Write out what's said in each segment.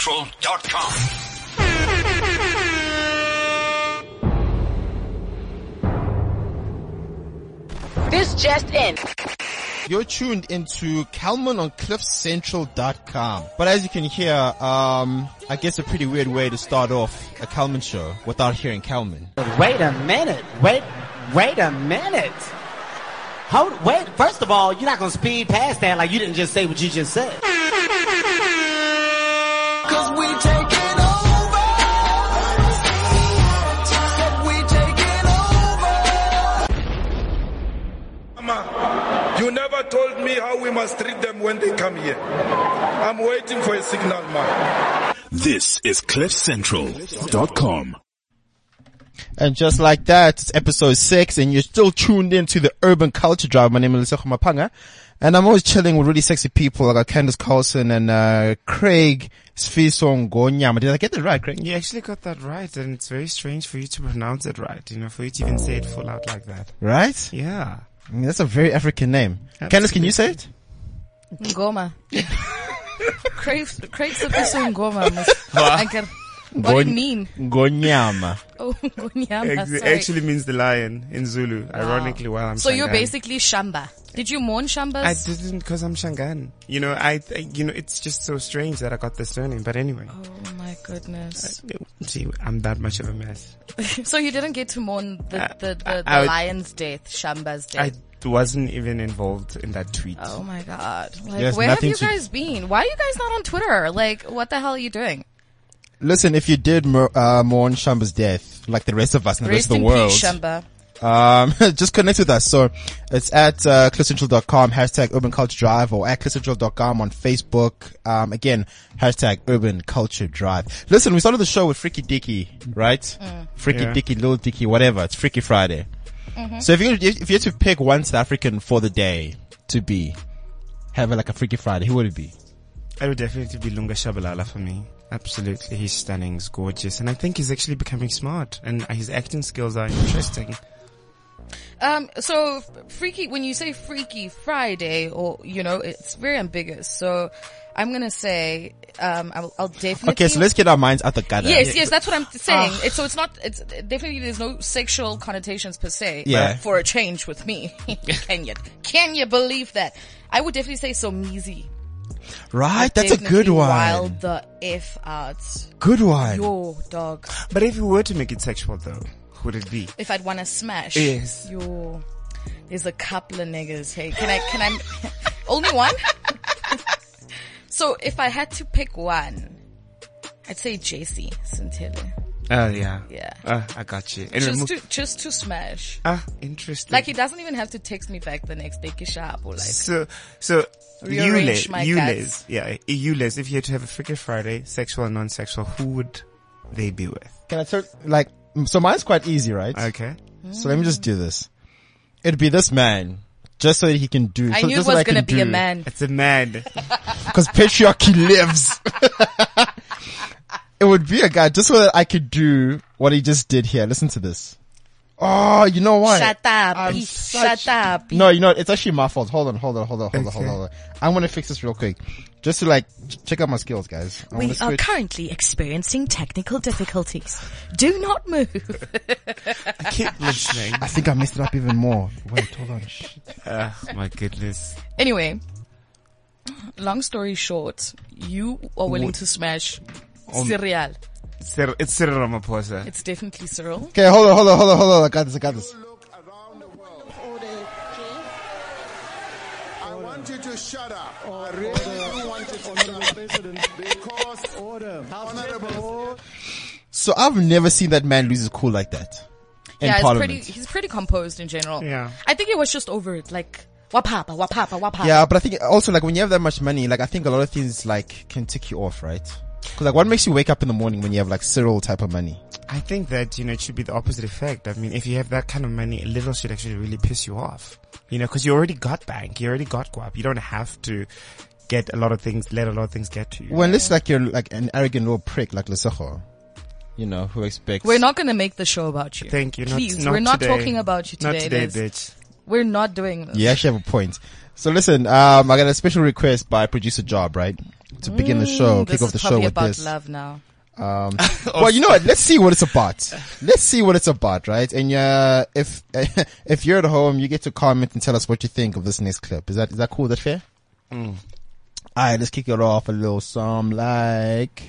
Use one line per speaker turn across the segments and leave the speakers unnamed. CliffCentral.com.
This just in.
You're tuned into Kalman on CliffCentral.com. But as you can hear, um, I guess a pretty weird way to start off a Kalman show without hearing Kalman.
Wait a minute. Wait, wait a minute. Hold, wait. First of all, you're not gonna speed past that like you didn't just say what you just said.
Cause we taking over. Said we taking over.
Mama, you never told me how we must treat them when they come here. I'm waiting for a signal, ma.
This is CliffCentral.com.
And just like that, it's episode six and you're still tuned in to the Urban Culture Drive. My name is Lesejo Mapanga and I'm always chilling with really sexy people like uh, Candace Carlson and, uh, Craig Sfisong Gonyama. Did I get that right, Craig?
You actually got that right, and it's very strange for you to pronounce it right. You know, for you to even say it full out like that.
Right?
Yeah.
I mean, that's a very African name. Candace, can you say it?
Ngoma. Craig, Craig said this in Ngoma. I get, what do you mean?
Gonyama.
Oh, Ngonyama,
Ex- It
sorry.
actually means the lion in Zulu. Ironically, while I'm
so you're
Shangaan.
basically Shamba. Did you mourn Shambas?
I didn't because I'm Shangan. You know, I, th- you know, it's just so strange that I got this surname. But anyway,
oh my goodness.
see, I'm that much of a mess.
So you didn't get to mourn the, the, the, the
I- I-
lion's death, Shamba's
I
death.
wasn't even involved in that tweet.
Oh my god. Like,
Yes,
where have
nothing
you
to-
guys been? Why are you guys not on Twitter? Like, what the hell are you doing?
Listen, if you did mo- uh, mourn Shamba's death, like the rest of us and the rest
Rest
of
in
the world,
peace, Shamba.
um, just connect with us. So it's at uh, cliffcentral.com, hashtag urban culture drive, or at cliffcentral.com on Facebook. Um, again, hashtag urban culture drive. Listen, we started the show with Freaky Dicky, right?
Mm.
Freaky
Yeah.
Dicky, Little Dicky, whatever. It's Freaky Friday.
Mm-hmm.
So if you if you had to pick one South African for the day to be, have like a Freaky Friday, who would it be?
It would definitely be Lunga Shabalala for me. Absolutely. He's stunning, he's gorgeous, and I think he's actually becoming smart, and his acting skills are interesting.
Um, so f- freaky, when you say freaky Friday or, you know, it's very ambiguous. So I'm going to say, um, I'll, I'll definitely.
Okay, so let's Ah. get our minds out the gutter.
Yes, yes, that's what I'm saying. It's, so it's not, it's definitely, there's no sexual connotations per se.
Yeah.
For a change with me. can you, can you believe that? I would definitely say Somizi.
Right, that's a good one.
Wild the F out.
Good one.
Yo, dog.
But if you were to make it sexual though, who would it be?
If I'd want to smash.
Yes.
Yo. There's a couple of niggas. Hey, can I, can I, only one? so if I had to pick one, I'd say JC Centella.
Oh yeah.
Yeah.
Uh, I got you. Anyway,
Just
move-
to, just to smash.
ah, interesting.
Like he doesn't even have to text me back the next day, Kisha or like.
so, so,
Rearrange
Eules,
my
Eules, yeah, Eules, if you had to have a Freaky Friday, sexual and non-sexual, who would they be with?
Can I start like mm, so mine's quite easy, right?
Okay.
So let me just do this. It'd be this man. Just so that he can do.
I
so,
knew
just so
it
that I
was gonna
can
be a
do.
man.
It's a man.
Because patriarchy lives. it would be a guy just so that I could do what he just did here. Listen to this. Oh, you know what?
Shut up.
I'm
he-
such-
Shut up.
No, you know, it's actually my fault. Hold on, hold on, hold on, hold on, hold on.
Okay.
Hold on. I'm gonna fix this real quick. Just to like, ch- check out my skills, guys. I'm
We
gonna
are
switch-
currently experiencing technical difficulties. Do not move.
Keep listening.
I think I messed it up even more. Wait, hold on. Shit.
Ah, my goodness.
Anyway, long story short, you are willing to smash Cyril.
Cyril- It's Cyril Ramaphosa.
It's definitely Cyril.
Okay, hold on, hold on, hold on, hold on. I got this, I got this.
I want you to shut up. I really do want you to shut up. Because, honorable,
So I've never seen that man lose his cool like that. In
yeah, he's
Parliament.
pretty. He's pretty composed in general.
Yeah.
I think he was just over it. Like wapapa, wapapa, wapapa.
yeah, but I think also like when you have that much money, like I think a lot of things like can tick you off, right? Cause like what makes you wake up in the morning when you have like Cyril type of money?
I think that, you know, it should be the opposite effect. I mean, if you have that kind of money, little should actually really piss you off. You know, cause you already got bank, you already got guap. You don't have to get a lot of things, let a lot of things get to you.
Well, unless like you're like an arrogant little prick like Lesotho, you know, who expects.
We're not gonna make the show about you.
Thank you. Not,
Please,
not
we're not
today.
talking about you today.
Not today,
Liz.
bitch.
We're not doing this.
You actually have a point. So listen, um, I got a special request by producer Job, right?
to begin the show,
Mm, this
kick off
is
the show
probably
with
about
this.
love now.
Um,
Oh,
well, you know what? Let's see what it's about. Let's see what it's about, right? And uh, if if you're at home, you get to comment and tell us what you think of this next clip. Is that is that cool? Is that fair?
Mm.
All right, let's kick it off a little some like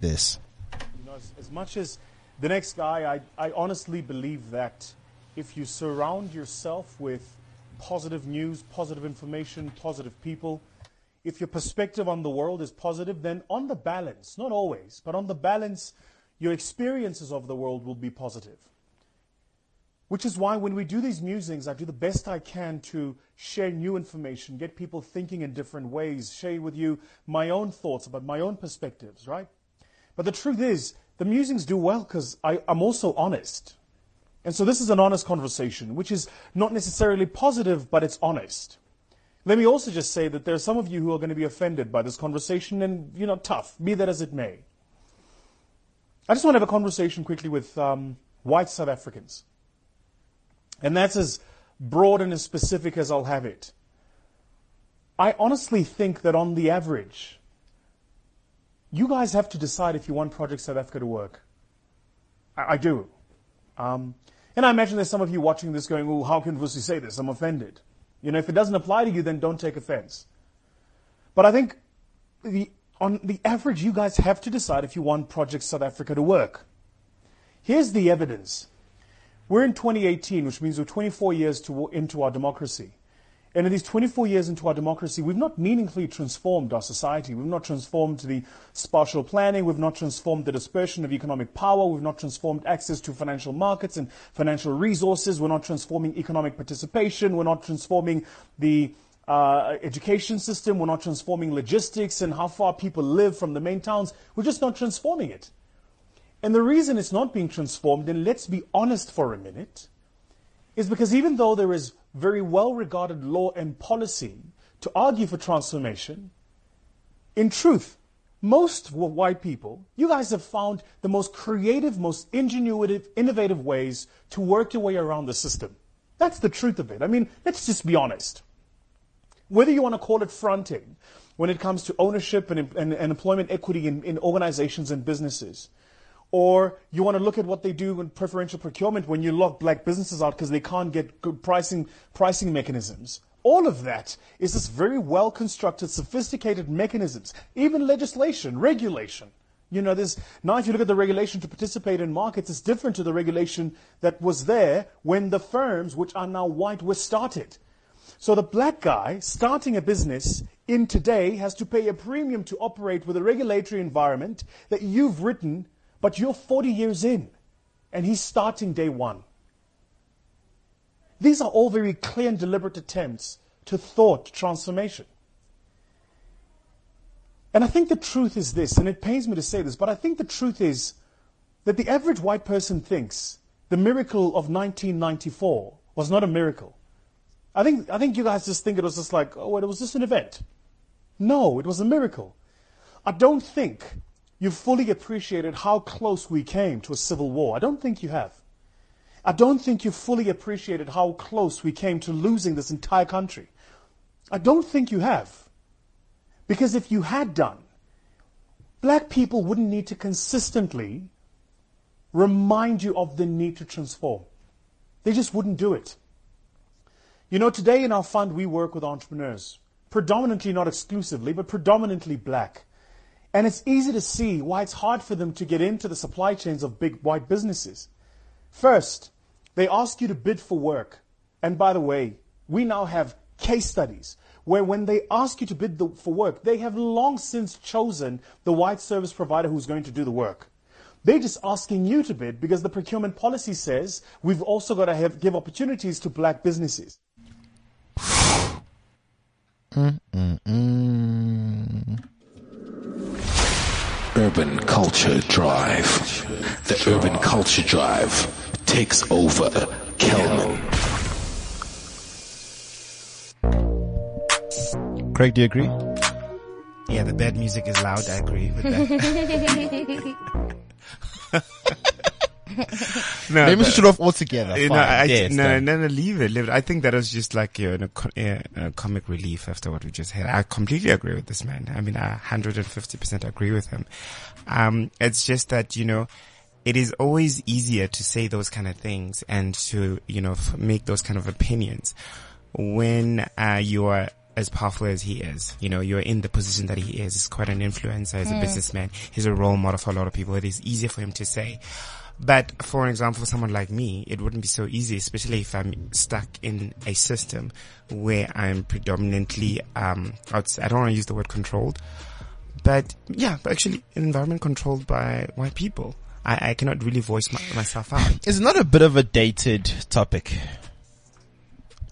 this.
You know, as, as much as the next guy, I, I honestly believe that if you surround yourself with positive news, positive information, positive people, if your perspective on the world is positive, then on the balance, not always, but on the balance, your experiences of the world will be positive. Which is why when we do these musings, I do the best I can to share new information, get people thinking in different ways, share with you my own thoughts about my own perspectives, right? But the truth is, the musings do well because I'm also honest. And so this is an honest conversation, which is not necessarily positive, but it's honest. Let me also just say that there are some of you who are going to be offended by this conversation, and, you know, tough, be that as it may. I just want to have a conversation quickly with um, white South Africans. And that's as broad and as specific as I'll have it. I honestly think that on the average, you guys have to decide if you want Project South Africa to work. I, I do. Um, and I imagine there's some of you watching this going, oh, how can Vusi say this? I'm offended. You know, if it doesn't apply to you, then don't take offense. But I think the, on the average, you guys have to decide if you want Project South Africa to work. Here's the evidence. We're in 2018, which means we're 24 years to, into our democracy. And in these 24 years into our democracy, we've not meaningfully transformed our society. We've not transformed the spatial planning. We've not transformed the dispersion of economic power. We've not transformed access to financial markets and financial resources. We're not transforming economic participation. We're not transforming the uh, education system. We're not transforming logistics and how far people live from the main towns. We're just not transforming it. And the reason it's not being transformed, and let's be honest for a minute, is because even though there is very well regarded law and policy to argue for transformation, in truth, most w- white people, you guys have found the most creative, most ingenuitive, innovative ways to work your way around the system. That's the truth of it. I mean, let's just be honest whether you want to call it fronting when it comes to ownership and, and, and employment equity in, in organizations and businesses, or you want to look at what they do in preferential procurement when you lock black businesses out because they can't get good pricing, pricing mechanisms. All of that is this very well constructed, sophisticated mechanisms, even legislation, regulation. You know, there's now if you look at the regulation to participate in markets, it's different to the regulation that was there when the firms, which are now white, were started. So the black guy starting a business in today has to pay a premium to operate with a regulatory environment that you've written, but you're 40 years in, and he's starting day one. These are all very clear and deliberate attempts to thought transformation. And I think the truth is this, and it pains me to say this, but I think the truth is that the average white person thinks the miracle of 1994 was not a miracle. I think I think you guys just think it was just like, oh, it was just an event. No, it was a miracle. I don't think you fully appreciated how close we came to a civil war. I don't think you have. I don't think you fully appreciated how close we came to losing this entire country. I don't think you have. Because if you had done, black people wouldn't need to consistently remind you of the need to transform. They just wouldn't do it. You know, today in our fund, we work with entrepreneurs, predominantly, not exclusively, but predominantly black. And it's easy to see why it's hard for them to get into the supply chains of big white businesses. First, they ask you to bid for work. And by the way, we now have case studies where when they ask you to bid the, for work, they have long since chosen the white service provider who's going to do the work. They're just asking you to bid because the procurement policy says we've also got to have, give opportunities to black businesses.
Urban Culture Drive. The Urban Culture Drive takes over Kelman.
Craig, do you agree?
Uh, Yeah, the bad music is loud. I agree with that. No,
Let me
but-
switch it off altogether.
You know,
Fine.
I,
Yeah,
I,
it's
no,
done.
no, no, leave it, leave it. I think that was just like you know, co- uh, uh, comic relief after what we just had. I completely agree with this man. I mean, I 150% agree with him. Um, it's just that, you know, it is always easier to say those kind of things and to, you know, f- make those kind of opinions when uh, you are as powerful as he is, you know, you're in the position that he is. He's quite an influencer. He's a businessman. He's a role model for a lot of people. It is easier for him to say. But for an example, for someone like me, it wouldn't be so easy, especially if I'm stuck in a system where I'm predominantly, um, outs- I don't want to use the word controlled, but yeah, but actually an environment controlled by white people. I, I cannot really voice my, myself out.
It's not a bit of a dated topic.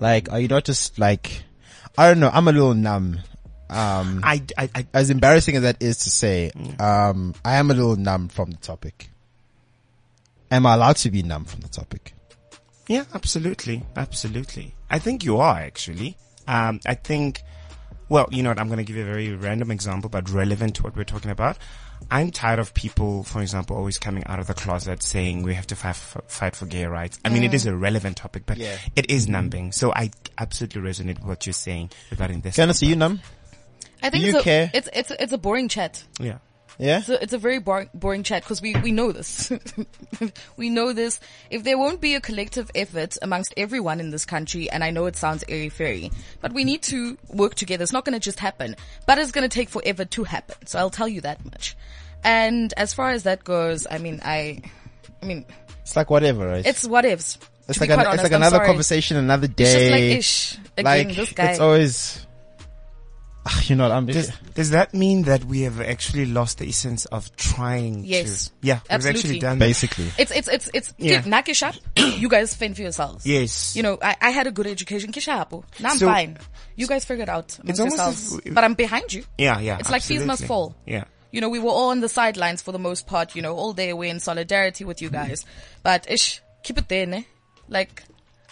Like, are you not just like, I don't know, I'm a little numb. Um,
I, I, I,
as embarrassing as that is to say,
Mm.
um, I am a little numb from the topic. Am I allowed to be numb from the topic?
Yeah, absolutely, absolutely. I think you are actually. Um, I think. Well, you know what? I'm going to give you a very random example, but relevant to what we're talking about. I'm tired of people, for example, always coming out of the closet saying we have to fight for, fight for gay rights. I mean, it
Mm.
is a relevant topic, but
Yeah.
it is numbing. So I absolutely resonate with what you're saying regarding this.
Candice, are you numb?
I think
Do you
it's,
care?
A, it's it's it's a boring chat.
yeah.
Yeah?
It's a, it's a very boring, boring chat because we, we know this. we know this. If there won't be a collective effort amongst everyone in this country, and I know it sounds airy fairy, but we need to work together. It's not going to just happen, but it's going to take forever to happen. So I'll tell you that much. And as far as that goes, I mean, I, I mean,
It's like whatever, right?
it's what ifs.
It's
to
like,
be
an,
quite
it's
honest,
like
I'm
another
sorry.
conversation, another day.
It's just like ish. Again,
Like,
this guy.
it's always, Ah, you know, what, I'm just,
Does, does that mean that we have actually lost the essence of trying
Yes.
to? Yeah, we've
Absolutely.
actually done that.
basically.
It's it's it's it's
Yeah.
give knock it sharp. you guys fend for yourselves.
Yes.
You know, I, I had a good education. Kishapo. Now I'm
So-
fine. You guys figure it out amongst
almost
yourselves.
as-
but I'm behind you.
Yeah, yeah.
It's like fees must
absolutely.
fall.
Yeah.
You know, we were all on the sidelines for the most part, you know, all day away in solidarity with you guys. But ish, keep it there, ne? Like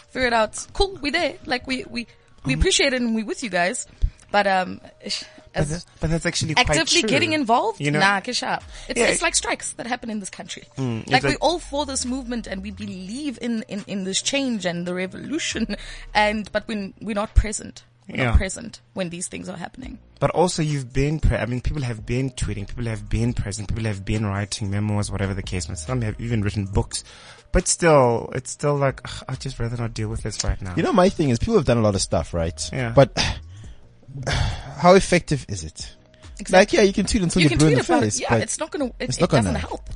figure it out. Cool, we there. Like we we, we appreciate it and we with you guys. But um ish,
Mm-hmm. But,
as
tha- but that's actually quite
actively
true.
getting involved,
You know,
nah, kish up. It's,
Yeah. Hmm,
it's like strikes that happen in this country. like
it's
we
like-
all for this movement and we believe in, in, in this change and the revolution, and but when we're not present, we're
Yeah.
not present when these things are happening.
But also you've been, pre- I mean, people have been tweeting, people have been present, people have been writing memos, whatever the case may Some have even written books. But still, it's still like, ugh, I'd just rather not deal with this right now.
You know, my thing is people have done a lot of stuff, right?
Yeah.
But how effective is it? Like, yeah, you can tweet until
You
you,
can
blue in
tweet
the
about
face,
it. Yeah,
but
it's not gonna. It,
it's
it
not gonna.
doesn't help.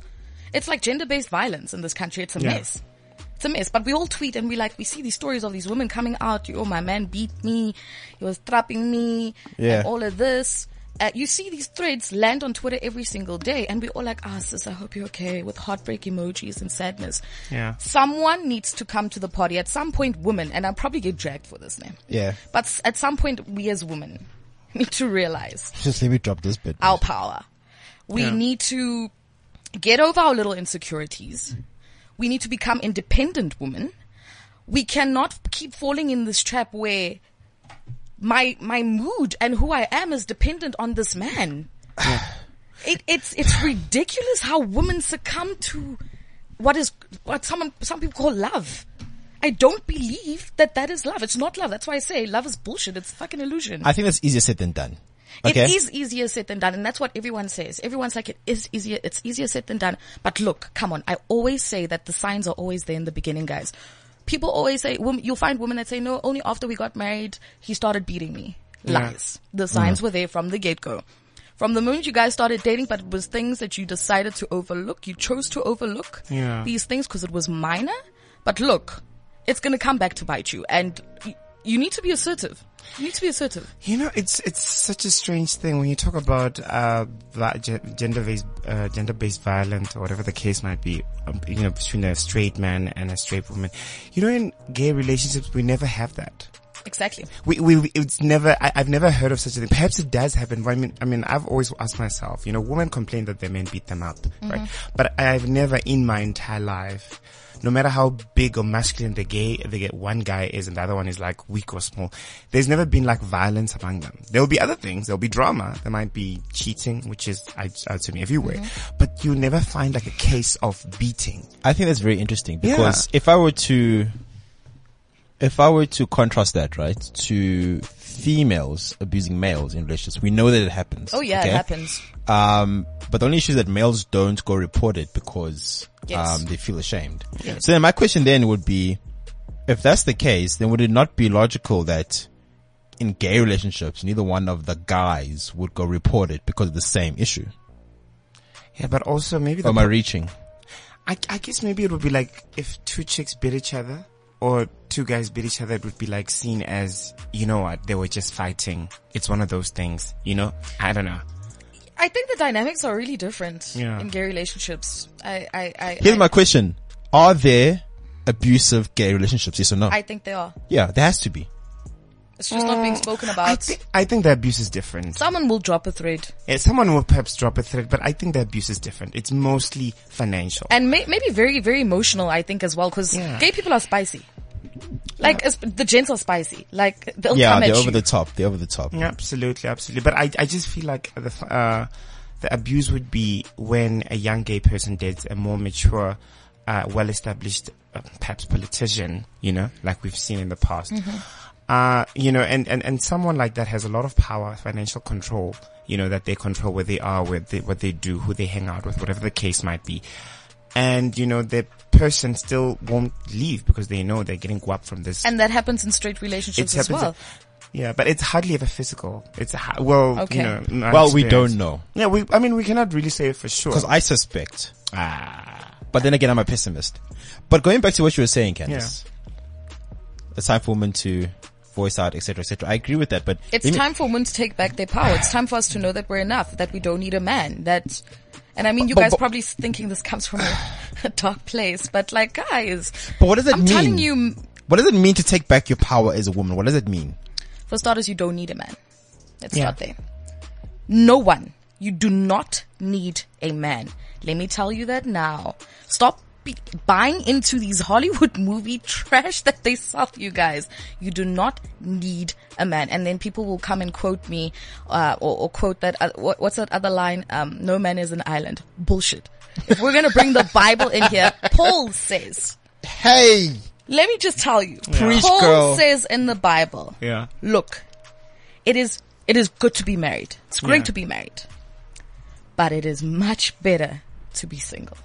It's like gender-based violence in this country. It's a
Yeah.
mess. It's a mess. But we all tweet and we like we see these stories of these women coming out. Oh, my man beat me. He was trapping me.
Yeah.
And all of this. Uh, you see these threads land on Twitter every single day, and we all like, ah, sis, I hope you're okay with heartbreak emojis and sadness.
Yeah.
Someone needs to come to the party at some point. Women, and I'll probably get dragged for this name.
yeah.
But s- at some point, we as women need to realize
Just let me drop this bit.
our power. We
Yeah.
need to get over our little insecurities. We need to become independent women. We cannot keep falling in this trap where my my mood and who I am is dependent on this man. it, it's it's ridiculous how women succumb to what is what some some people call love. I don't believe that that is love. It's not love. That's why I say love is bullshit. It's fucking illusion.
I think that's easier said than done.
It is easier said than done, and that's what everyone says. Everyone's like, it is easier, it's easier said than done. But look, come on, I always say that the signs are always there in the beginning, guys. People always say, wom- you'll find women that say, no, only after we got married, he started beating me. Lies. The signs were there from the get-go. From the moment you guys started dating, but it was things that you decided to overlook, you chose to overlook
Yeah.
these things because it was minor. But look, it's gonna come back to bite you, and y- you need to be assertive. You need to be assertive.
You know, it's it's such a strange thing when you talk about uh, gender based uh, gender based violence or whatever the case might be. Um, you know, between a straight man and a straight woman. You know, in gay relationships, we never have that.
Exactly.
we, we, we- it's never, I, I've never heard of such a thing. Perhaps it does happen, but I mean, I mean, I've always asked myself, you know, women complain that their men beat them up, right? But I've never in my entire life, no matter how big or masculine the gay, the gay, one guy is and the other one is like weak or small, there's never been like violence among them. There'll be other things. There'll be drama. There might be cheating, which is out out to me everywhere, but you never find like a case of beating.
I think that's very interesting
Yeah.
because if I were to, if I were to contrast that, right, to females abusing males in relationships, we know that it happens.
Oh yeah,
okay?
it happens.
Um, but the only issue is that males don't go report it because,
Yes.
um, they feel ashamed.
Yes.
So then my question then would be, if that's the case, then would it not be logical that in gay relationships, neither one of the guys would go report it because of the same issue?
Yeah, but also maybe
Or
the
am I reaching?
I, I guess maybe it would be like if two chicks bit each other or two guys bit each other, it would be like seen as, you know what, they were just fighting. It's one of those things, you know? I don't know.
I think the dynamics are really different
Yeah.
in gay relationships. I, I, I,
Here's
I,
my question. Are there abusive gay relationships? Yes or no?
I think they are.
yeah, there has to be.
It's just not being spoken
Uh, I
about.
think, I think the abuse is different.
Someone will drop a thread.
Yeah, someone will perhaps drop a thread, but I think the abuse is different. It's mostly financial.
and may, maybe very very emotional i think as well because
Yeah.
gay people are spicy like as- the gents are spicy like they'll
Yeah,
come at
they're over
you
the top. They're over the top.
Yeah, absolutely, absolutely. But I, I just feel like the, f- uh, the abuse would be when a young gay person dates a more mature, uh, well-established, uh, perhaps politician, you know, like we've seen in the past. Uh, you know, and, and, and someone like that has a lot of power, financial control, you know, that they control where they are, where they, what they do, who they hang out with, whatever the case might be. And, you know, the person still won't leave because they know they're getting guap from this
and that happens in straight relationships as well
yeah, but it's hardly ever physical. It's ha- well,
Okay.
you know, my
Well, we
experience.
don't know.
Yeah, we. I mean, we cannot really say for sure.
Because I suspect.
ah,
But then again, I'm a pessimist. But going back to what you were saying, Candice, it's time for women to voice out, etc., etc. I agree with that, but
it's
let me-
time for women to take back their power it's time for us to know that we're enough that we don't need a man that and i mean you
But-
guys
but-
probably thinking this comes from a, a dark place but like guys
But what does that
i'm
mean?
telling you m-
what does it mean to take back your power as a woman? What does it mean?
for starters you don't need a man let's
Yeah.
start there no one you do not need a man let me tell you that now stop be- buying into these hollywood movie trash that they sell you guys you do not need a man and then people will come and quote me uh, or, or quote that uh, what, what's that other line um, no man is an island bullshit if we're gonna bring the bible in here paul says
Hey,
let me just tell you.
Preach,
Paul
girl.
says in the Bible,
Yeah.
look, it is it is good to be married. It's great
Yeah.
to be married. But it is much better to be single.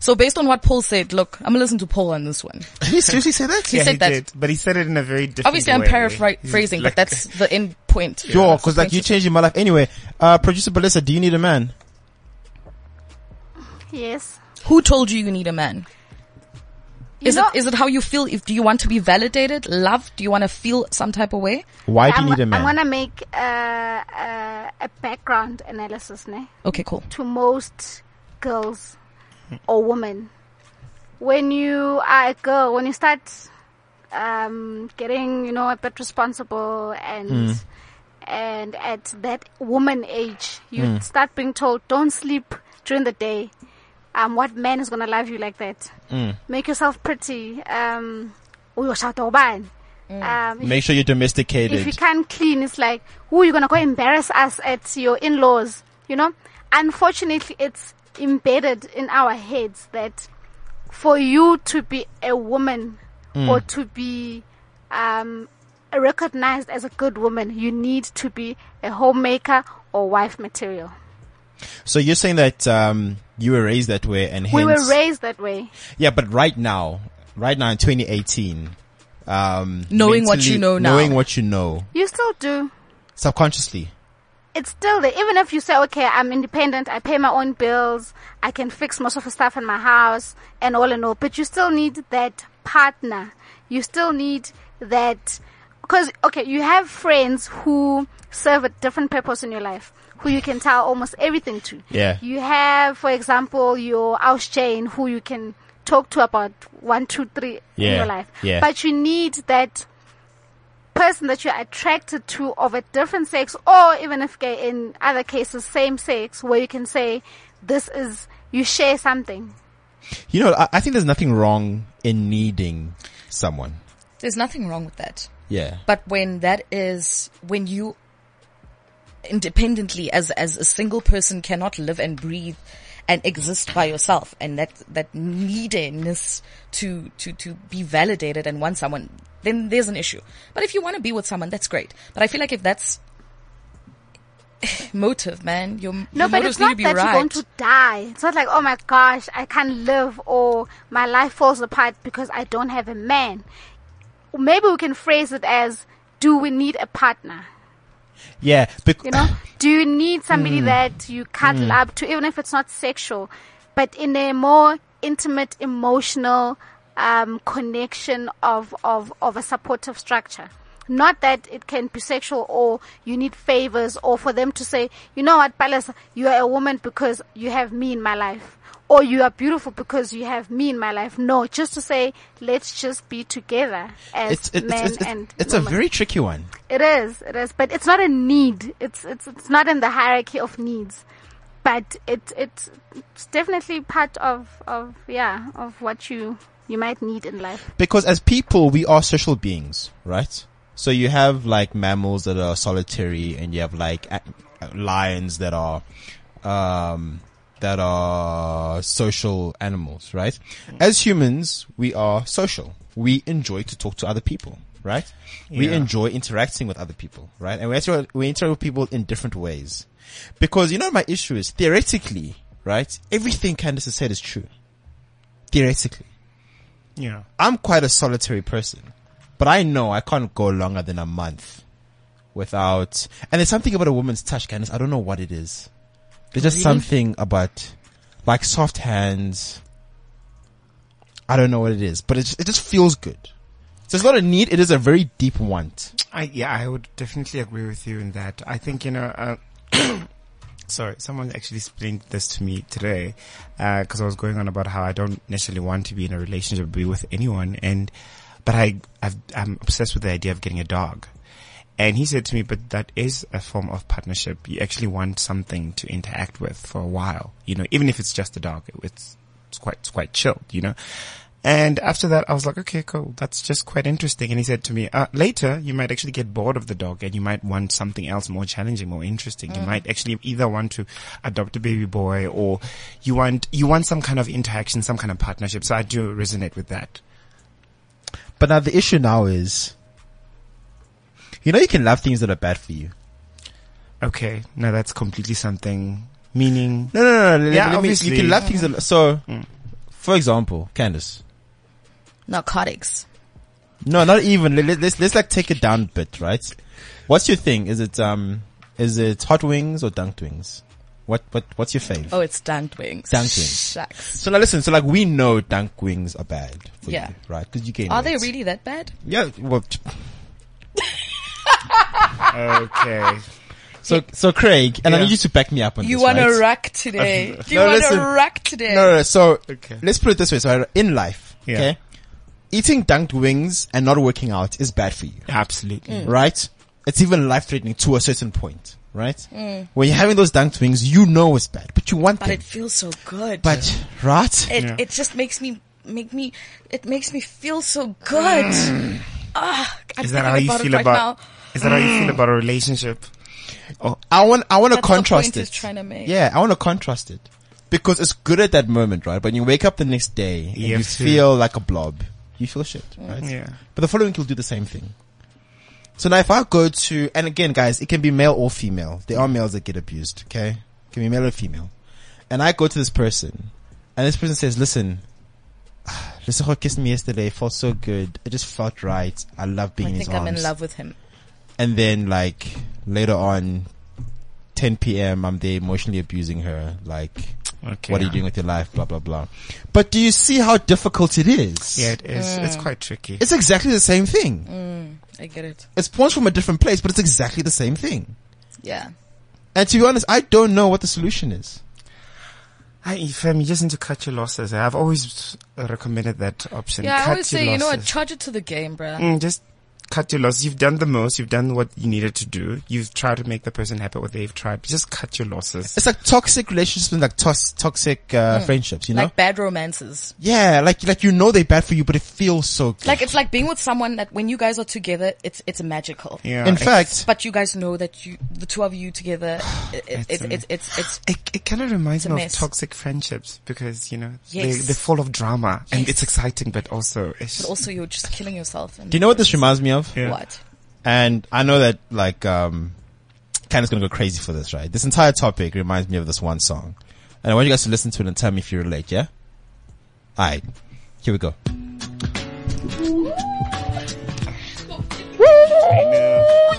So based on what Paul said, look, I'm gonna listen to Paul on this one.
did he seriously say that?
He
yeah,
said
he
that.
did, but he said it in a very different.
Obviously I'm
way.
paraphrasing, but that's the end point.
Sure, because like you changed my life. Anyway, uh, producer Belissa, do you need a man?
Yes.
Who told you you need a man?
You
Is
know,
it is it how you feel? If do you want to be validated, loved? Do you want to feel some type of way?
Why do
I'm-
you need a man?
I want to make uh, uh, a background analysis ne,
Okay, cool.
to most girls or women. When you are a girl, when you start um, getting, you know, a bit responsible and and at that woman age, you start being told, don't sleep during the day. Um, what man is gonna love you like that? Make yourself pretty. Um, uyoshada ubani. um, if
Make sure you're domesticated.
if you can't clean, it's like, who you gonna go embarrass us at your in-laws? You know. Unfortunately, it's embedded in our heads that for you to be a woman or to be um, recognized as a good woman, you need to be a homemaker or wife material.
so you're saying that um, you were raised that way, and hence
We were raised that way.
Yeah, but right now, right now in 2018, um,
Knowing what
mentally-
you know now.
knowing what you know
You still do.
subconsciously.
It's still there. Even if you say, okay, I'm independent, I pay my own bills, I can fix most of the stuff in my house, and all in all, but you still need that partner. You still need that. Because, okay, you have friends who serve a different purpose in your life, who you can tell almost everything to.
Yeah.
You have, for example, your house chain, who you can talk to about one, two, three in
Yeah,
your life.
yeah.
But you need that person that you're attracted to of a different sex, or even if gay, in other cases, same sex, where you can say, this is, you share something.
You know, I, I think there's nothing wrong in needing someone.
There's nothing wrong with that.
Yeah.
But when that is when you independently as as a single person cannot live and breathe and exist by yourself and that that neediness to to to be validated and want someone then there's an issue. But if you want to be with someone that's great. But I feel like if that's motive, man, your,
No,
your
but
motives
it's
need to
not
be
that
right.
you're going to die. It's not like, oh my gosh, I can't live or my life falls apart because I don't have a man. Maybe we can phrase it as, do we need a partner?
Yeah. Bec-
You know, do you need somebody
Mm.
that you cuddle
Mm.
up to, even if it's not sexual, but in a more intimate, emotional um, connection of, of, of a supportive structure? Not that it can be sexual or you need favors or for them to say, you know what, Palace, you are a woman because you have me in my life. Or you are beautiful because you have me in my life. No, just to say, let's just be together as
it's it's,
men
it's, it's,
and
it's a
women.
very tricky one.
It is, it is, but it's not a need. It's it's it's not in the hierarchy of needs, but it it's it's definitely part of of yeah of what you you might need in life.
Because as people, we are social beings, right? So you have like mammals that are solitary and you have like a- lions that are, um, that are social animals, right? As humans, we are social. We enjoy to talk to other people, right? We
Yeah.
enjoy interacting with other people, right? And we actually, we interact with people in different ways. Because you know, my issue is theoretically, right? Everything Candace has said is true. Theoretically.
Yeah.
I'm quite a solitary person, but I know I can't go longer than a month without. And there's something about a woman's touch, Candice. I don't know what it is. There's just
Really?
something about like soft hands. I don't know what it is, but it just, it just feels good. So it's not a need. It is a very deep want.
I yeah, I would definitely agree with you in that. I think you know. Uh, Sorry, someone actually explained this to me today, because I was going on about how I don't necessarily want to be in a relationship, or be with anyone, and but I I've, I'm obsessed with the idea of getting a dog, and he said to me, but that is a form of partnership. You actually want something to interact with for a while, you know, even if it's just a dog. It's it's quite it's quite chilled, you know. And after that, I was like, okay, cool. That's just quite interesting. And he said to me, uh, later you might actually get bored of the dog and you might want something else more challenging, more interesting. You
Mm.
might actually either want to adopt a baby boy or you want, you want some kind of interaction, some kind of partnership. So I do resonate with that.
But now the issue now is, you know, you can love things that are bad for you.
Okay. Now that's completely something meaning.
No, no, no. no.
Yeah,
Let me- Mm.
obviously.
you can love things. That, so, for example, Candice.
Narcotics.
No, not even. Let- let- Let's let's like take it down a bit, right? What's your thing? Is it um, is it hot wings or dunked wings? What what what's your fave?
Oh, it's dunked wings.
Dunked wings.
Shucks.
So now listen. So like we know dunk wings are bad for
Yeah.
you, right? Because you can.
Are they really that bad?
Yeah. Well. t-
okay.
So so Craig, and I
Yeah.
need you to back me up on
You
this.
wanna
right?
rock today. You wanna rock today.
No, no, no. So
Okay.
let's put it this way. So in life,
Yeah.
okay, eating dunked wings and not working out is bad for you.
Absolutely. Mm.
Right? It's even life threatening to a certain point, right?
Mm.
When you're having those dunked wings, you know it's bad, but you want
But
them.
it feels so good.
But right?
It it just makes me make me it makes me feel so good.
Mm.
Ah, I'm
Is that
thinking
how you
about it
feel
right
about,
now.
is that how you feel about a relationship?
Oh, I want I want to
That's the
contrast
point he's
it.
trying to make.
Yeah, I want to contrast it because it's good at that moment, right? But you wake up the next day and
You
you,
have to-
feel like a blob. You feel shit,
Mm.
right?
Yeah.
But the following week you'll do the same thing. So now if I go to and again, guys, it can be male or female. There are males that get abused. Okay, it can be male or female. And I go to this person, and this person says, "Listen." Lesoho kissed me yesterday. It felt so good. It just felt right. I love being
I
in his
think I'm in
arms."
love with him.
and then like later on 10 p.m. I'm there emotionally abusing her like
Okay.
what are you doing with your life blah blah blah but do you see how difficult it is
Yeah, it is. It's quite tricky.
it's exactly the same thing
Mm, I get it.
it's points from a different place but it's exactly the same thing
Yeah.
and to be honest I don't know what the solution is
I, fam, you just need to cut your losses. I've always uh, recommended that option.
Yeah,
cut
I always
your
say, you know what,
losses.
charge it to the game, bruh.
Mm, just cut your losses. You've done the most. You've done what you needed to do. You've tried to make the person happy what they've tried. Just cut your losses.
It's like toxic relationships and like tos- toxic uh,
Mm.
friendships, you know?
Like bad romances.
yeah, like like you know they're bad for you, but it feels so good.
Like it's like being with someone that when you guys are together, it's it's magical.
Yeah. In fact-
uh, but you guys know that you the two of you together, it, it,
It's
it's,
a
it's, it's it's
it, it kind of reminds
It's a
me
mess.
of toxic friendships because, you know,
Yes.
they, they're full of drama and
Yes.
it's exciting, but also it's
But also, you're just killing yourself. And
Do you know what this reminds me of?
What?
And I know that like um Candace gonna go crazy for this, right? This entire topic reminds me of this one song. And I want you guys to listen to it and tell me if you relate, yeah? Alright. Here we go.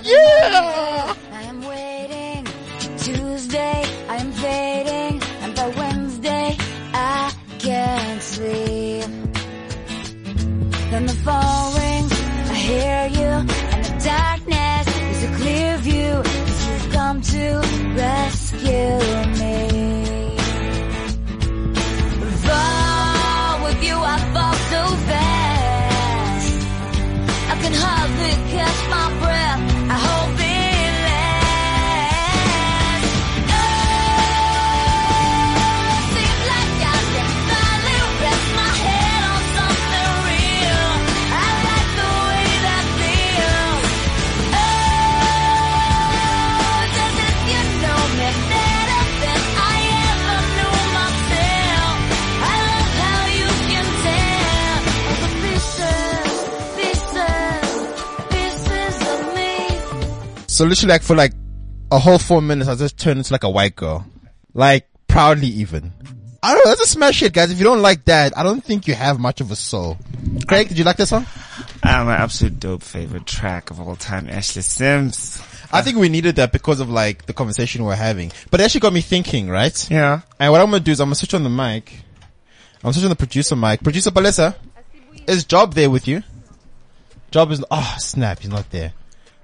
yeah! I am waiting. Tuesday, I am fading. And by Wednesday, I can't sleep. Then the phone rings, I hear you. And the darkness is a clear view. Cause you've come to rescue me. Fall with you, I fall so fast. I can hardly catch my breath. I hope it lasts. Oh, seems like I can finally rest my head on something real. I like the way that feels. Oh, it's as if you know me better than I ever knew myself. I love how you can tell all the pieces, pieces, pieces of me.
So literally like for like a whole four minutes I just turned into like a white girl. Like proudly even. I don't know, that's a smash hit guys. If you don't like that, I don't think you have much of a soul. Craig, did you like this one?
uh, my absolute dope favorite track of all time, Ashley Sims.
I think we needed that because of like the conversation we're having. But it actually got me thinking, right?
Yeah.
And what I'm gonna do is I'm gonna switch on the mic. I'm gonna switch on the producer mic. Producer Palesa, is Job there with you? Job is oh snap, he's not there.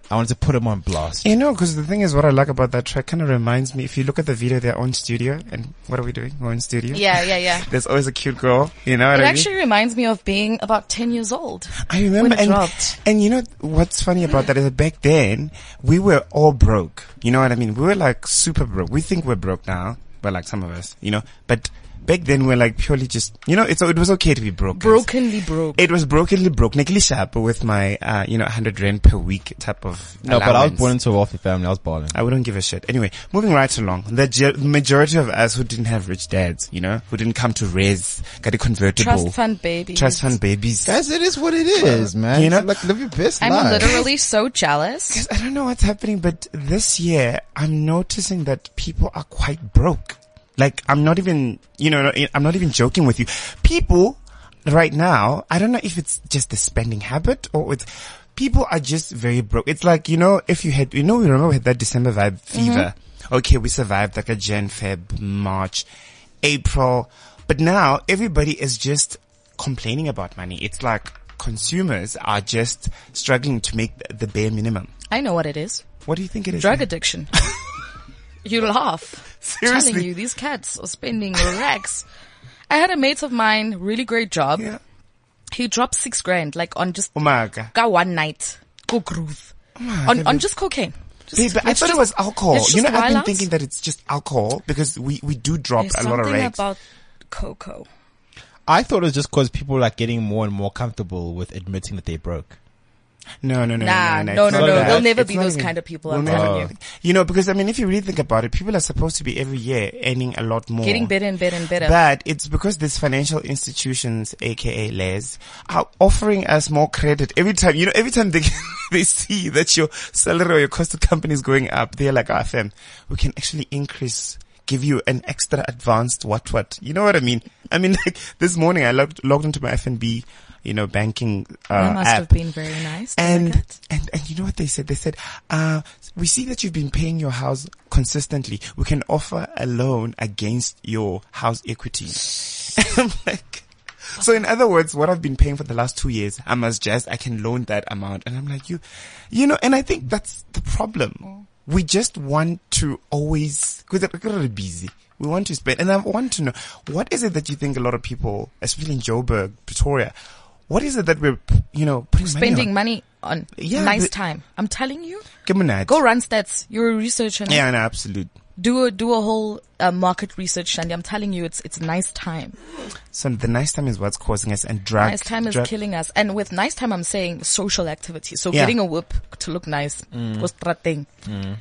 I wanted to put him on blast.
You know, because the thing is, what I like about that track kind of reminds me. If you look at the video, they're on studio, and what are we doing? We're in studio.
Yeah, yeah, yeah.
There's always a cute girl. You know what
it
I
actually reminds me of being about ten years old.
mean? I remember,
when it
and,
dropped.
and you know what's funny about that is that back then we were all broke. You know what I mean? We were like super broke. We think we're broke now, but like some of us, you know. But back then we were like purely just, you know, it's it was okay to be broke.
brokenly broke.
It was brokenly broke, neglisha, but with my, uh, you know, 100 rand per week type of
No, but I was
allowance.
born into a wealthy family. I was balling.
I wouldn't give a shit. Anyway, moving right along, the ge- majority of us who didn't have rich dads, you know, who didn't come to res, got a convertible.
Trust fund babies.
Trust fund babies.
Guys, it is what it is, man.
You know,
like live your best
I'm literally so jealous.
I don't know what's happening, but this year I'm noticing that people are quite broke. Like I'm not even, you know, I'm not even joking with you. People right now, I don't know if it's just the spending habit or it's people are just very broke. It's like you know, if you had, you know, we remember we had that December vibe fever. Okay, we survived like a Jan, Feb, March, April, but now everybody is just complaining about money. It's like consumers are just struggling to make the- the bare minimum.
I know what it is.
What do you think it is?
Drug
man?
addiction. you laugh.
Seriously.
Telling you these cats are spending racks. I had a mate of mine, really great job. He dropped six grand, like on
Oh
just
Umaga.
Got one night. Go groove.
Oh my
on
God,
on
babe.
just cocaine. Just,
Babe, I
let's
thought it
just-
was alcohol.
let's
You know,
just
I've
wild
been
out.
thinking that it's just alcohol because we, we do drop
There's
a lot of
something
rates.
about cocoa.
I thought it was just because people are like, getting more and more comfortable with admitting that they broke.
No, no, no,
Nah,
no, no,
no,
it's
no,
not
no,
that.
they'll never
It's
be
not
those kind of people,
we'll
I'm
never-
telling you.
You know, because I mean, if you really think about it, people are supposed to be every year earning a lot more,
Getting better and better and better.
But it's because these financial institutions, aka LES, are offering us more credit every time. You know, every time they they see that your salary or your cost of company is going up, they're like, "Ah, fam, we can actually increase." Give you an extra advanced what what you know what I mean? I mean like this morning I logged logged into my FNB, you know banking uh,
That must
app
have been very nice.
and and and you know what they said? They said, uh, "We see that you've been paying your house consistently. We can offer a loan against your house equity." I'm like, so in other words, what I've been paying for the last two years, I must just I can loan that amount. And I'm like, you, you know, and I think that's the problem. We just want to always because we're busy. We want to spend, and I want to know what is it that you think a lot of people, especially in Joburg, Pretoria, what is it that we're, you know, putting
spending
money
money on
Yeah,
nice
but-
time. I'm telling you,
on? Give me that.
go run stats. You're a researcher. now.
Yeah, no, absolute.
Do a, do a whole uh, market research, Shandy. I'm telling you, it's it's nice time.
So the nice time is what's causing us and drug.
nice time is
drug-
killing us. And with nice time, I'm saying social activity. So
Yeah.
getting a whip to look nice,
Mm.
was that thing.
Mm.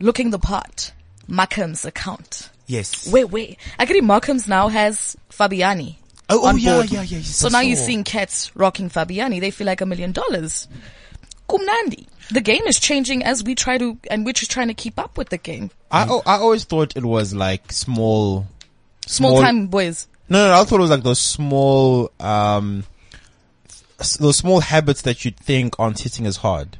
Looking the part. Markham's account.
Yes.
Wait, wait. Actually, Markham's now has Fabiani.
Oh, oh,
on
yeah,
board.
yeah, yeah, yes,
so
I
now you're
saw.
seeing cats rocking Fabiani. They feel like a million dollars. Kumnandi. The game is changing as we try to, and we're just trying to keep up with the game.
I, al- I always thought it was like small,
Small time boys.
No, no, I thought it was like those small, um, s- those small habits that you think aren't hitting as hard.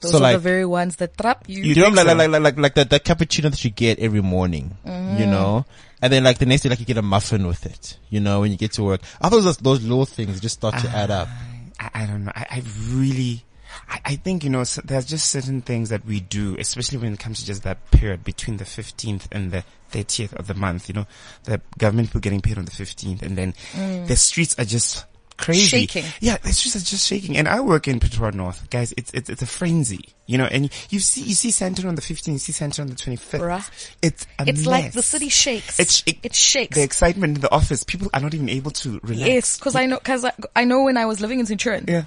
Those
so
are
like,
the very ones that trap you.
you know, like, like, like, like, like that, that cappuccino that you get every morning, you
Mhm.
know? And then like the next day, like you get a muffin with it, you know, when you get to work. I thought it was those little things just start to add up.
Ah.
I, I don't know. I, I really, I, I think, you know, so there's just certain things that we do, especially when it comes to just that period between the 15th and the 30th of the month, you know, the government people getting paid on the 15th and then
Mm.
the streets are just crazy.
Shaking.
Yeah, the streets are just shaking. And I work in Pretoria North. Guys, it's, it's, it's a frenzy, you know, and you, you see, you see Santon on the 15th, you see Santon on the 25th. It's a
it's like
mess.
the city shakes.
It's- it-
it shakes.
the excitement in the office. People are not even able to relax.
Yes, because I know because I, I know when I was living in Centurion.
Yeah.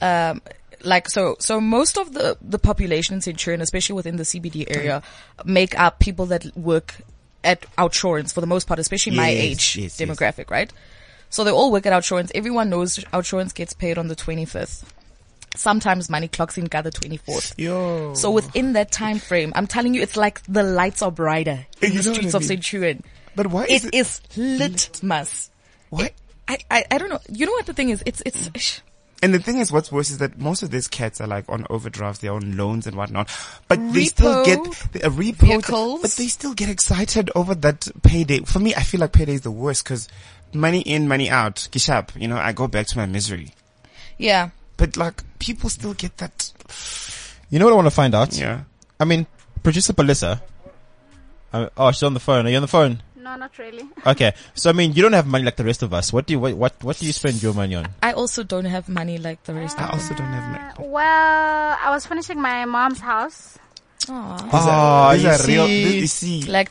Um, like so, so most of the the population in Centurion, especially within the CBD area, make up people that work at Outsurance for the most part, especially my
Yes,
age
yes, yes.
demographic, right? So they all work at Outsurance. Everyone knows Outsurance gets paid on the twenty fifth. Sometimes money clocks in at the twenty fourth.
Yo.
So within that time frame, I'm telling you, it's like the lights are brighter in
Eh, You know what
the
I
streets of
mean?
Centurion.
But why
is it is lit, mas? What? I, I I don't know. You know what the thing is? It's it's. ish.
And the thing is, what's worse is that most of these cats are like on overdrafts, they're on loans and whatnot, but they still
Repo
get a repo, but they still get excited over that payday. For me, I feel like payday is the worst because money in, money out, kishap, you know, I go back to my misery.
Yeah.
But like, people still get that.
You know what I want to find out?
Yeah.
I mean, producer Belissa. Uh, oh, she's on the phone. Are you on the phone?
No, not really.
Okay. So I mean, you don't have money like the rest of us. What do you, what, what, what do you spend your money on?
I also don't have money like the rest. I
also don't have money.
Well, I was finishing my mom's house.
Ah,
Oh, These
you
are real-
see?
you see.
Black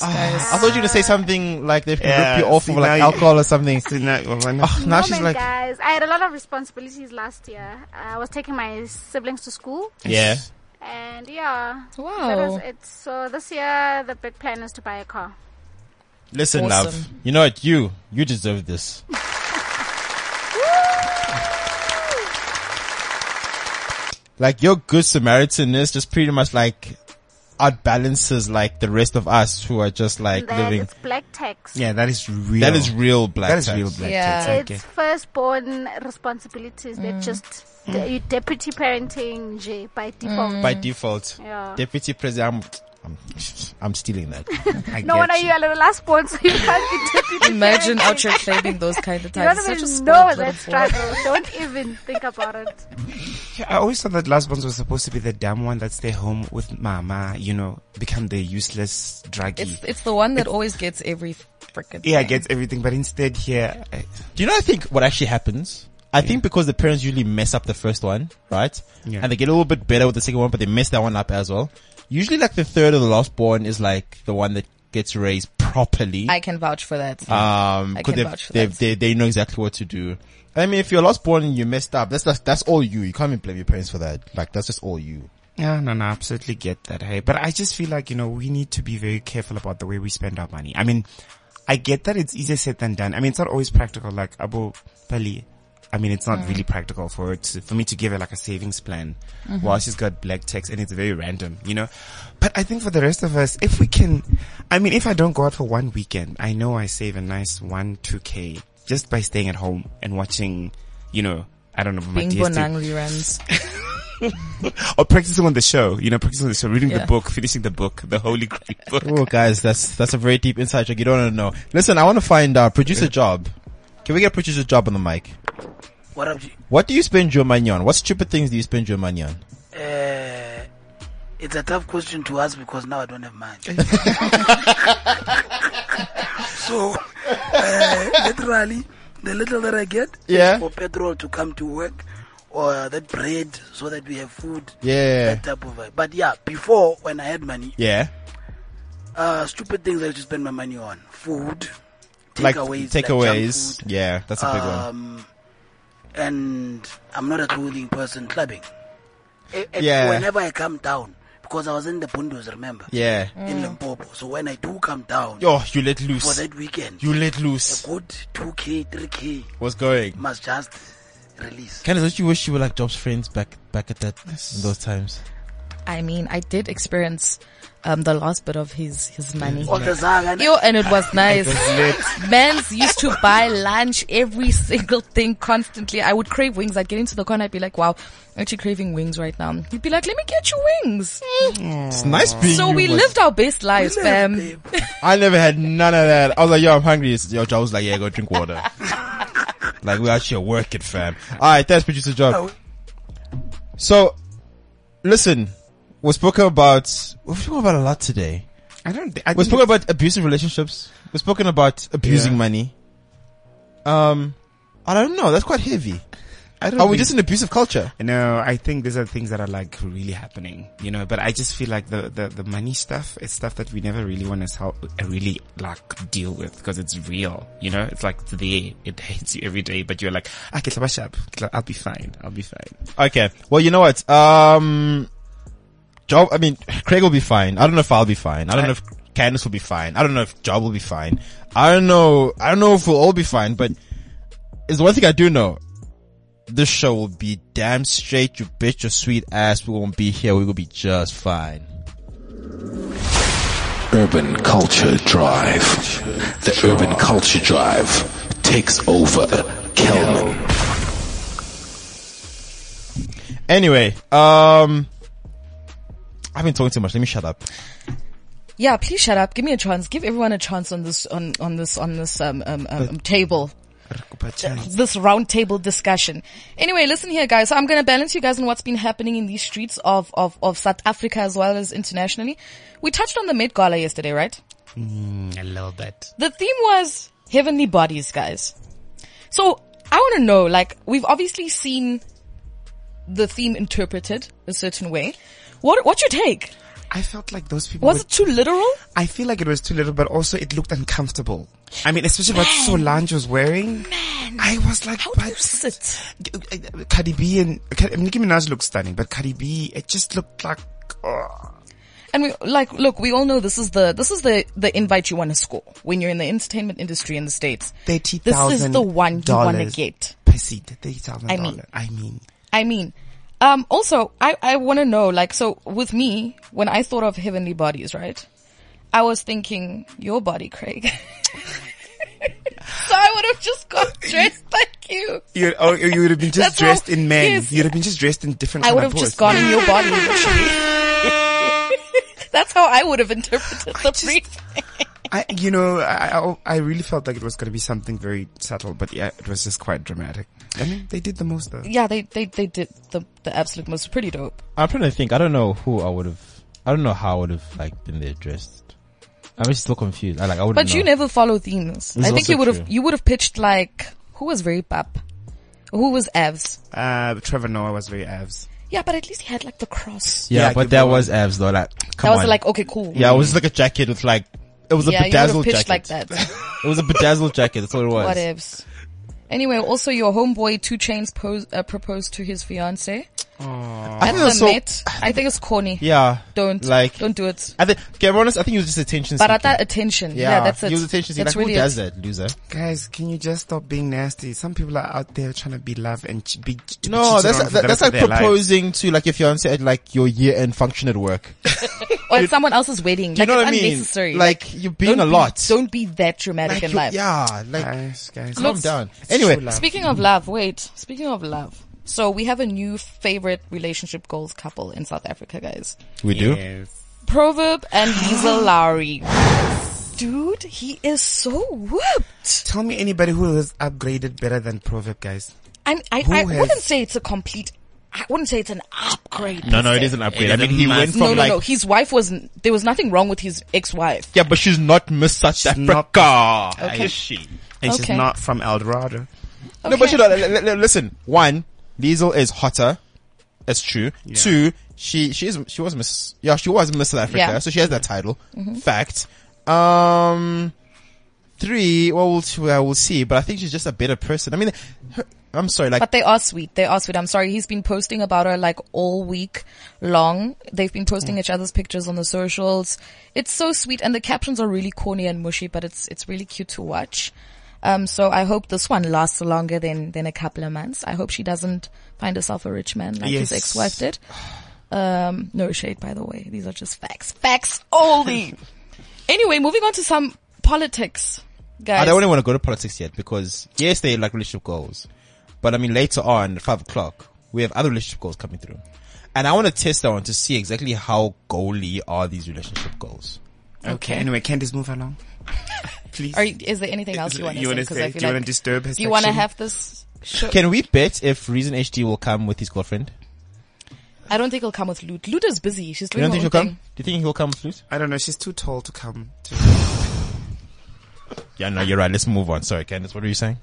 guys.
I thought you were gonna say something like they've
Yeah,
ripped you off
see,
for like
now you-
alcohol or something.
Oh,
Oh, now she's
Moment,
like,
guys, I had a lot of responsibilities last year. I was taking my siblings to school.
yeah.
And yeah,
wow.
That was it. So this year, the big plan is to buy a car.
Listen, love.
Awesome.
You know what? You you deserve this. like your good Samaritanness just pretty much like outbalances like the rest of us who are just like
and then
living.
it's black tax.
Yeah, that is real.
That is real black.
That is
tax.
real black
It's firstborn responsibilities. They're
Mm.
just you deputy parenting J by default.
By default,
Mm. Yeah.
deputy president. I'm, I'm, I'm stealing that. I
no wonder you are the last born, so you can't be deputy.
Imagine
parenting.
out here claiming those kind of
You don't
times. Such a
even
spoiled
know
little
that
boy.
struggle. Don't even think about it.
Yeah, I always thought that last ones was supposed to be the damn one that stay home with mama, you know, become the useless druggie.
It's it's the one that always gets every frickin'
yeah,
thing.
gets everything, but instead here, I-
Do you know? I think what actually happens. I think because the parents usually mess up the first one, right?
Yeah.
And they get a little bit better with the second one, but they mess that one up as well. Usually, like the third or the last born is like the one that gets raised properly.
I can vouch for that.
Um, 'cause
I can
they've-
vouch for
they've-
that.
they they know exactly what to do. I mean, if you're last born and you messed up, that's that's, that's all you. You can't even blame your parents for that. Like that's just all you.
yeah, no, no, I absolutely get that. Hey, but I just feel like, you know, we need to be very careful about the way we spend our money. I mean, I get that it's easier said than done. I mean, it's not always practical, like Abu Pali. I mean, it's not
Mm.
really practical for her to, for me to give her like a savings plan
Mhm.
while she's got black text and it's very random, you know? But I think for the rest of us, if we can, I mean, if I don't go out for one weekend, I know I save a nice one, two K just by staying at home and watching, you know, I don't know, my
Being
DST
Bonang reruns.
or Oh, practicing on the show, you know, practicing on the show, reading
Yeah.
the book, finishing the book, the Holy Grail book.
Oh, guys, that's that's a very deep insight joke. You don't want to know. Listen, I want to find out producer job. Can we get producer job on the mic?
What up, G?
What do you spend your money on? What stupid things do you spend your money on?
Uh, it's a tough question to ask because now I don't have money. so, uh, literally, The little that I get
Yeah.
is for petrol to come to work or that bread so that we have food.
Yeah.
That type of vibe. But yeah, before when I had money,
Yeah.
uh, stupid things I used to spend my money on. Food,
like
takeaways. like junk
takeaways. yeah, that's a big one.
um, And I'm not a clothing person clubbing. It- it-
Yeah.
Whenever I come down, because I was in the Pundos, remember?
Yeah.
In
Mm.
Limpopo. So when I do come down.
Yo, you let loose.
For that weekend.
You let loose.
A good 2K, 3K
What's going?
must just release.
Candace, don't you wish you were like Job's friends back back at that in those times?
I mean, I did experience um, the last bit of his his money.
Oh, the saga.
Yo, and it was nice.
It
Mans used to buy lunch every single thing constantly. I would crave wings. I'd get into the corner. I'd be like, "Wow, I'm actually craving wings right now." He'd be like, "Let me get you wings."
It's nice being
So
you,
Mm. we
but-
lived our best lives, fam.
I never had none of that. I was like, yo, I'm hungry. Yo, Job was like, yeah, go drink water. like we out here working, fam. All right, that's producer Job.
Oh.
So, listen, we spoke about we've spoken about a lot today.
I don't. thi- I
we've
think
spoken about abusive relationships. We've spoken about abusing
Yeah.
money. Um, I don't know. That's quite heavy.
I don't
Are oh, we
think-
just an abusive culture?
No, I think these are things that are like really happening, you know, but I just feel like the, the, the money stuff is stuff that we never really want to help, really like deal with because it's real, you know, it's like it's there. It hits you every day, but you're like, "Ah, I can wash up. I'll be fine. I'll be fine.
Okay. Well, you know what? Um, Job, I mean, Craig will be fine. I don't know if I'll be fine. I don't know if Candace will be fine. I don't know if Job will be fine. I don't know. I don't know if we'll all be fine, but it's one thing I do know. This show will be damn straight. You bitch, your sweet ass. We won't be here. We will be just fine.
Urban Culture Drive. The Urban Culture Drive takes over Kelman.
Anyway, um, I've been talking too much. Let me shut up.
Yeah, please shut up. Give me a chance. Give everyone a chance on this on on this on this um um, um, um table. This round table discussion. Anyway, listen here, guys. So I'm going to balance you guys on what's been happening in these streets of, of, of South Africa as well as internationally. We touched on the Met Gala yesterday, right?
Mm, a little bit.
The theme was heavenly bodies, guys. So I want to know, like, we've obviously seen the theme interpreted a certain way. What, what's your take?
I felt like those people
Was
were-
it too literal?
I feel like it was too little, but also it looked uncomfortable. I mean, especially what Solange was wearing. Man. I was like, how you
sit?
Cardi B and, Cardi- I mean, Nicki Minaj looked stunning, but Cardi B, it just looked like, oh.
And we like look, we all know this is the this is the the invite you want to score when you're in the entertainment industry in the states. This is the one you want to
$30,000
get.
Per seat, $30,000.
I mean-
I mean,
I mean, um, also I I want to know like so with me when I thought of heavenly bodies, right? I was thinking your body, Craig. so I would have just got dressed like you.
you, oh, you would have been just
That's how-
dressed in men.
yes.
You'd have been just dressed in different
I
kind
would
of
have just
clothes.
gone in your body. literally. That's how I would have interpreted the brief.
I, you know, I, I- I really felt like it was going to be something very subtle, but yeah, it was just quite dramatic. I mean, they did the most though.
Yeah, they they they did the the absolute most. Pretty dope.
I'm trying to think. I don't know who I would have. I don't know how I would have like been there dressed. I'm still confused. I like. I would.
But you never follow themes.
This
I
is
think you
also
would
true.
have you would have pitched like who was very bap, who was Evs.
Uh, Trevor Noah was very abs.
Yeah, but at least he had like the cross.
Yeah,
Yeah,
but
give
that
me
was abs though. Like, come
was
on.
like, okay, cool.
Yeah, it was like a jacket with like, it was a
yeah, you
bedazzled
would have
jacket.
pitched like that.
It was a bedazzled jacket. That's all it was.
what ifs? Anyway, also your homeboy Two Chains pose, uh, proposed to his fiance.
I
At
think
the
that's so-
Met. I think it's corny.
Yeah.
Don't
like.
don't do it.
I think. Okay, I'm honest. I think it was just attention.
But at
seeking.
that attention, yeah, that's it.
He was attention seeking.
That's
Like, who
really
does
it.
that, loser?
Guys, can you just stop being nasty? Some people are out there trying to be loved and ch- be. ch-
No,
cheated
that's
on for
that,
the
that's
rest of
like
their life.
proposing to like your fiance at like your year end function at work.
Or at someone else's wedding.
You
Like
know
it's
what I mean?
unnecessary.
Like, you're being
don't
a lot.
Be, don't be that dramatic
Like,
in
you-
life.
Yeah, like
guys,
calm
Looks-
down. Anyway,
Speaking of love, wait. Speaking of love. So we have a new favorite relationship goals couple in South Africa, guys.
we do.
Proverb and Lisa Lowry. Dude, he is so whooped.
Tell me anybody who has upgraded better than Proverb, guys.
And I,
Who
I
has-
wouldn't say it's a complete I wouldn't say it's an upgrade.
No,
per
no, it
se.
is an upgrade. I mean, he went from
no, no,
like
no. His wife was there was nothing wrong with his ex-wife.
yeah, but she's not Miss South Africa,
Okay.
is she?
And she's Okay. not
from El Dorado. No, but you know, l- l- l- listen. One, Liesel is hotter. That's true. Two, she she is she was Miss yeah she was Miss South Africa,
Yeah.
so she has that title.
Mm-hmm.
Mhm.
Fact. Um, three. Well, we'll see- well, we'll see. But I think she's just a better person. I mean, her, I'm sorry. Like
but they are sweet. They are sweet. I'm sorry. He's been posting about her like all week long. They've been
Hmm.
posting each other's pictures on the socials. It's so sweet, and the captions are really corny and mushy, but it's it's really cute to watch. Um, so I hope this one lasts longer than than a couple of months. I hope she doesn't find herself a rich man like
Yes.
his ex-wife did. Um, no shade, by the way. These are just facts. Facts only. anyway, moving on to some politics, guys.
I don't really want to go to politics yet because yes, they like relationship goals, but I mean later on at five o'clock we have other relationship goals coming through, and I want to test that one to see exactly how goalie are these relationship goals.
Okay. Anyway, Candice, move along. Please.
Are you, is there anything else you want to
you
say?
wanna
'Cause
say-
I feel
do you wanna
like-
disturb his
Do you want to
section?
have this? Show?
Can we bet if Reason HD will come with his girlfriend?
I don't think he'll come with Lute. Luta's busy. She's
You
doing
don't think
her own
he'll come?
thing.
Do you think he'll come with Flute?
I don't know. She's too tall to come. To
Yeah, no, you're right. Let's move on. Sorry, Candice, what are you saying?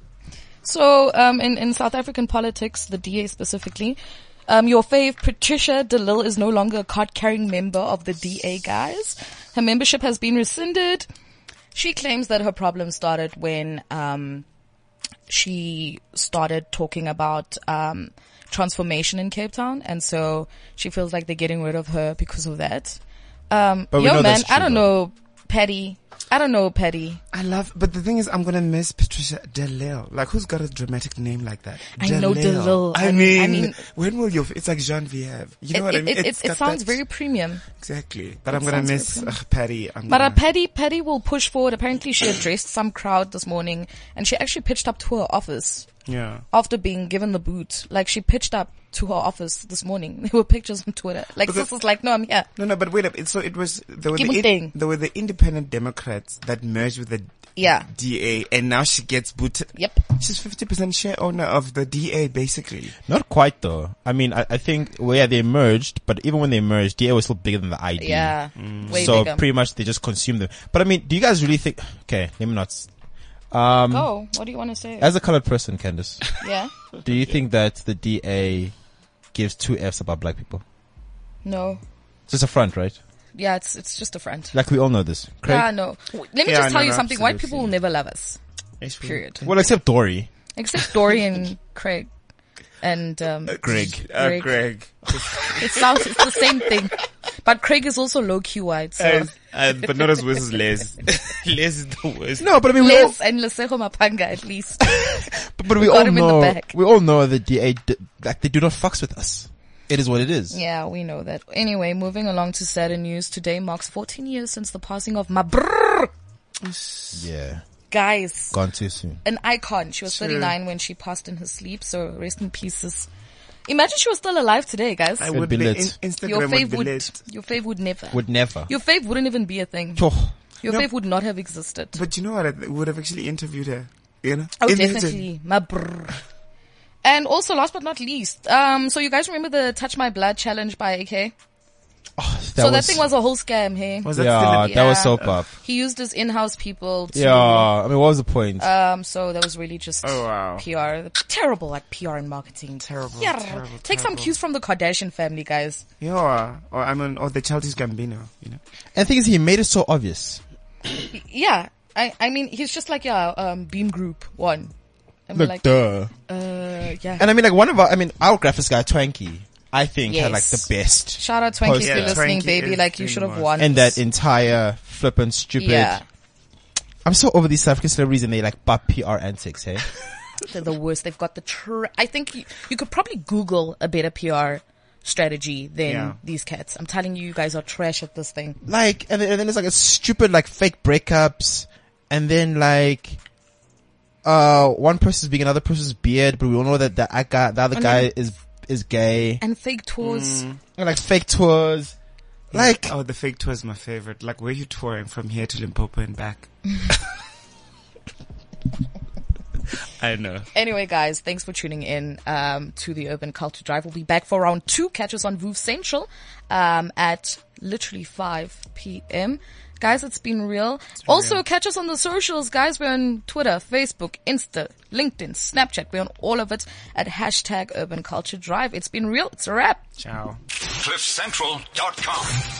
So, um, in, in South African politics, the DA specifically, um, your fave Patricia de Lille is no longer a card-carrying member of the DA, guys. Her membership has been rescinded. She claims that her problem started when um, she started talking about um, transformation in Cape Town, and so she feels like they're getting rid of her because of that. Um,
But we
yo,
know
man,
that's true,
I don't know, Petty. I don't know, Petty.
I love, but the thing is, I'm gonna miss Patricia DeLille. Like, who's got a dramatic name like that?
I know DeLille.
I,
I mean-
mean,
I mean-
when will your? It's like Genevieve. You know
it,
what I
it-
mean?
it-
It's
it
got
sounds
that-
very premium.
exactly. But
it
I'm gonna
sounds very
miss
prim.
ugh, Patty. I'm
But uh,
gonna,
Patty, Patty will push forward. Apparently, she addressed some crowd this morning, and she actually pitched up to her office.
Yeah.
After being given the boot, like she pitched up to her office this morning. There were pictures on Twitter. Like
But
this
the-
is like, no, I'm here.
No, no, but wait up. It, so it was there were,
Give me
the
thing.
there were the independent Democrats that merged with the
Yeah.
DA, and now she gets booted.
Yep,
she's fifty percent share owner of the DA, basically.
Not quite though. I mean, I, I think well, yeah, they merged, but even when they merged, DA was still bigger than the ID.
Yeah. Mm. Way
so
bigger.
pretty much they just consumed them. But I mean, do you guys really think? Okay, let me not. s- Um,
Go. Oh, What do you wanna say?
As a colored person, Candice.
Yeah.
Do you think that the DA gives two f's about black people?
No.
It's just a front, right?
Yeah, it's it's just a front.
Like we all know this. Craig?
Yeah, no. Let me
Yeah,
just tell
no,
you
no,
something. White people will never love us.
Mm.
Period.
Well, except Dory.
Except Dorian, Craig, and um,
Greg.
Uh, Greg.
It sounds it's the same thing, but Craig is also low key white. So.
As- uh, but not as worse as Les. Les is the worst.
No, but I mean, we all,
Les and Lesego Mapanga at least.
but we
got
all
him in the
know
back.
we all know the DA d- like they do not fucks with us. It is what it is.
Yeah, we know that. Anyway, moving along to sadder news. Today marks 14 years since the passing of Mabrur.
Yeah,
Guys,
gone too soon.
an icon. She was
Sure.
39 when she passed in her sleep, so rest in pieces. Imagine she was still alive today, guys.
I It'd would be be- lit. in- Instagram
your
would
fave
be
would,
lit.
your fave would never.
Would never.
Your fave wouldn't even be a thing.
Oh.
Your
No.
fave would not have existed.
But you know what? I th- would have actually interviewed her. You know?
Oh,
Interviewed her.
definitely. My brr. And also, last but not least, um, so you guys remember the Touch My Blood challenge by AK? so that thing was a whole scam, hey?
Was that Yeah, still in- that was soap
Yeah.
up.
He used his in-house people to,
Yeah, I mean, what was the point?
Um, so that was really just
Oh, wow.
PR. Terrible at PR and marketing. Terrible. Yeah.
terrible,
Take some
terrible.
cues from the Kardashian family, guys.
Yeah, or I mean, or the Chelsea's Gambino, you know.
And the thing is, he made it so obvious.
Y- Yeah. I, I mean, he's just like, yeah, um, Beam Group one. I mean,
Look,
like,
duh.
Uh, yeah.
And I mean, like one of our, I mean, our graphics guy Twanky, I think had like
Yes.
the best.
Shout out Twanky if
poster.
you're listening, baby. Like, you should have won.
And that entire flippin' stupid.
Yeah.
I'm so over these South African celebrities and they like bop PR antics, hey?
They're the worst. They've got the. Tra- I think you, you could probably Google a better PR strategy than
Yeah.
these cats. I'm telling you, you guys are trash at this thing.
like, and then, and then it's like a stupid like fake breakups, and then like, uh, one person's being another person's beard, but we all know that the, that guy, the other
And
guy
then-
is is gay.
And fake tours. Mm.
And, like fake tours. Like
oh, the fake tour is my favorite. Like where you touring from here to Limpopo and back. I know.
Anyway, guys, thanks for tuning in um, to the Urban Culture Drive. We'll be back for round two. Catch us on Voof Central um, at literally 5 p.m. Guys, it's been real. also, catch us on the socials, guys. We're on Twitter, Facebook, Insta, LinkedIn, Snapchat. We're on all of it at hashtag Urban Culture Drive. It's been real. It's a wrap.
Ciao.
CliffCentral.com.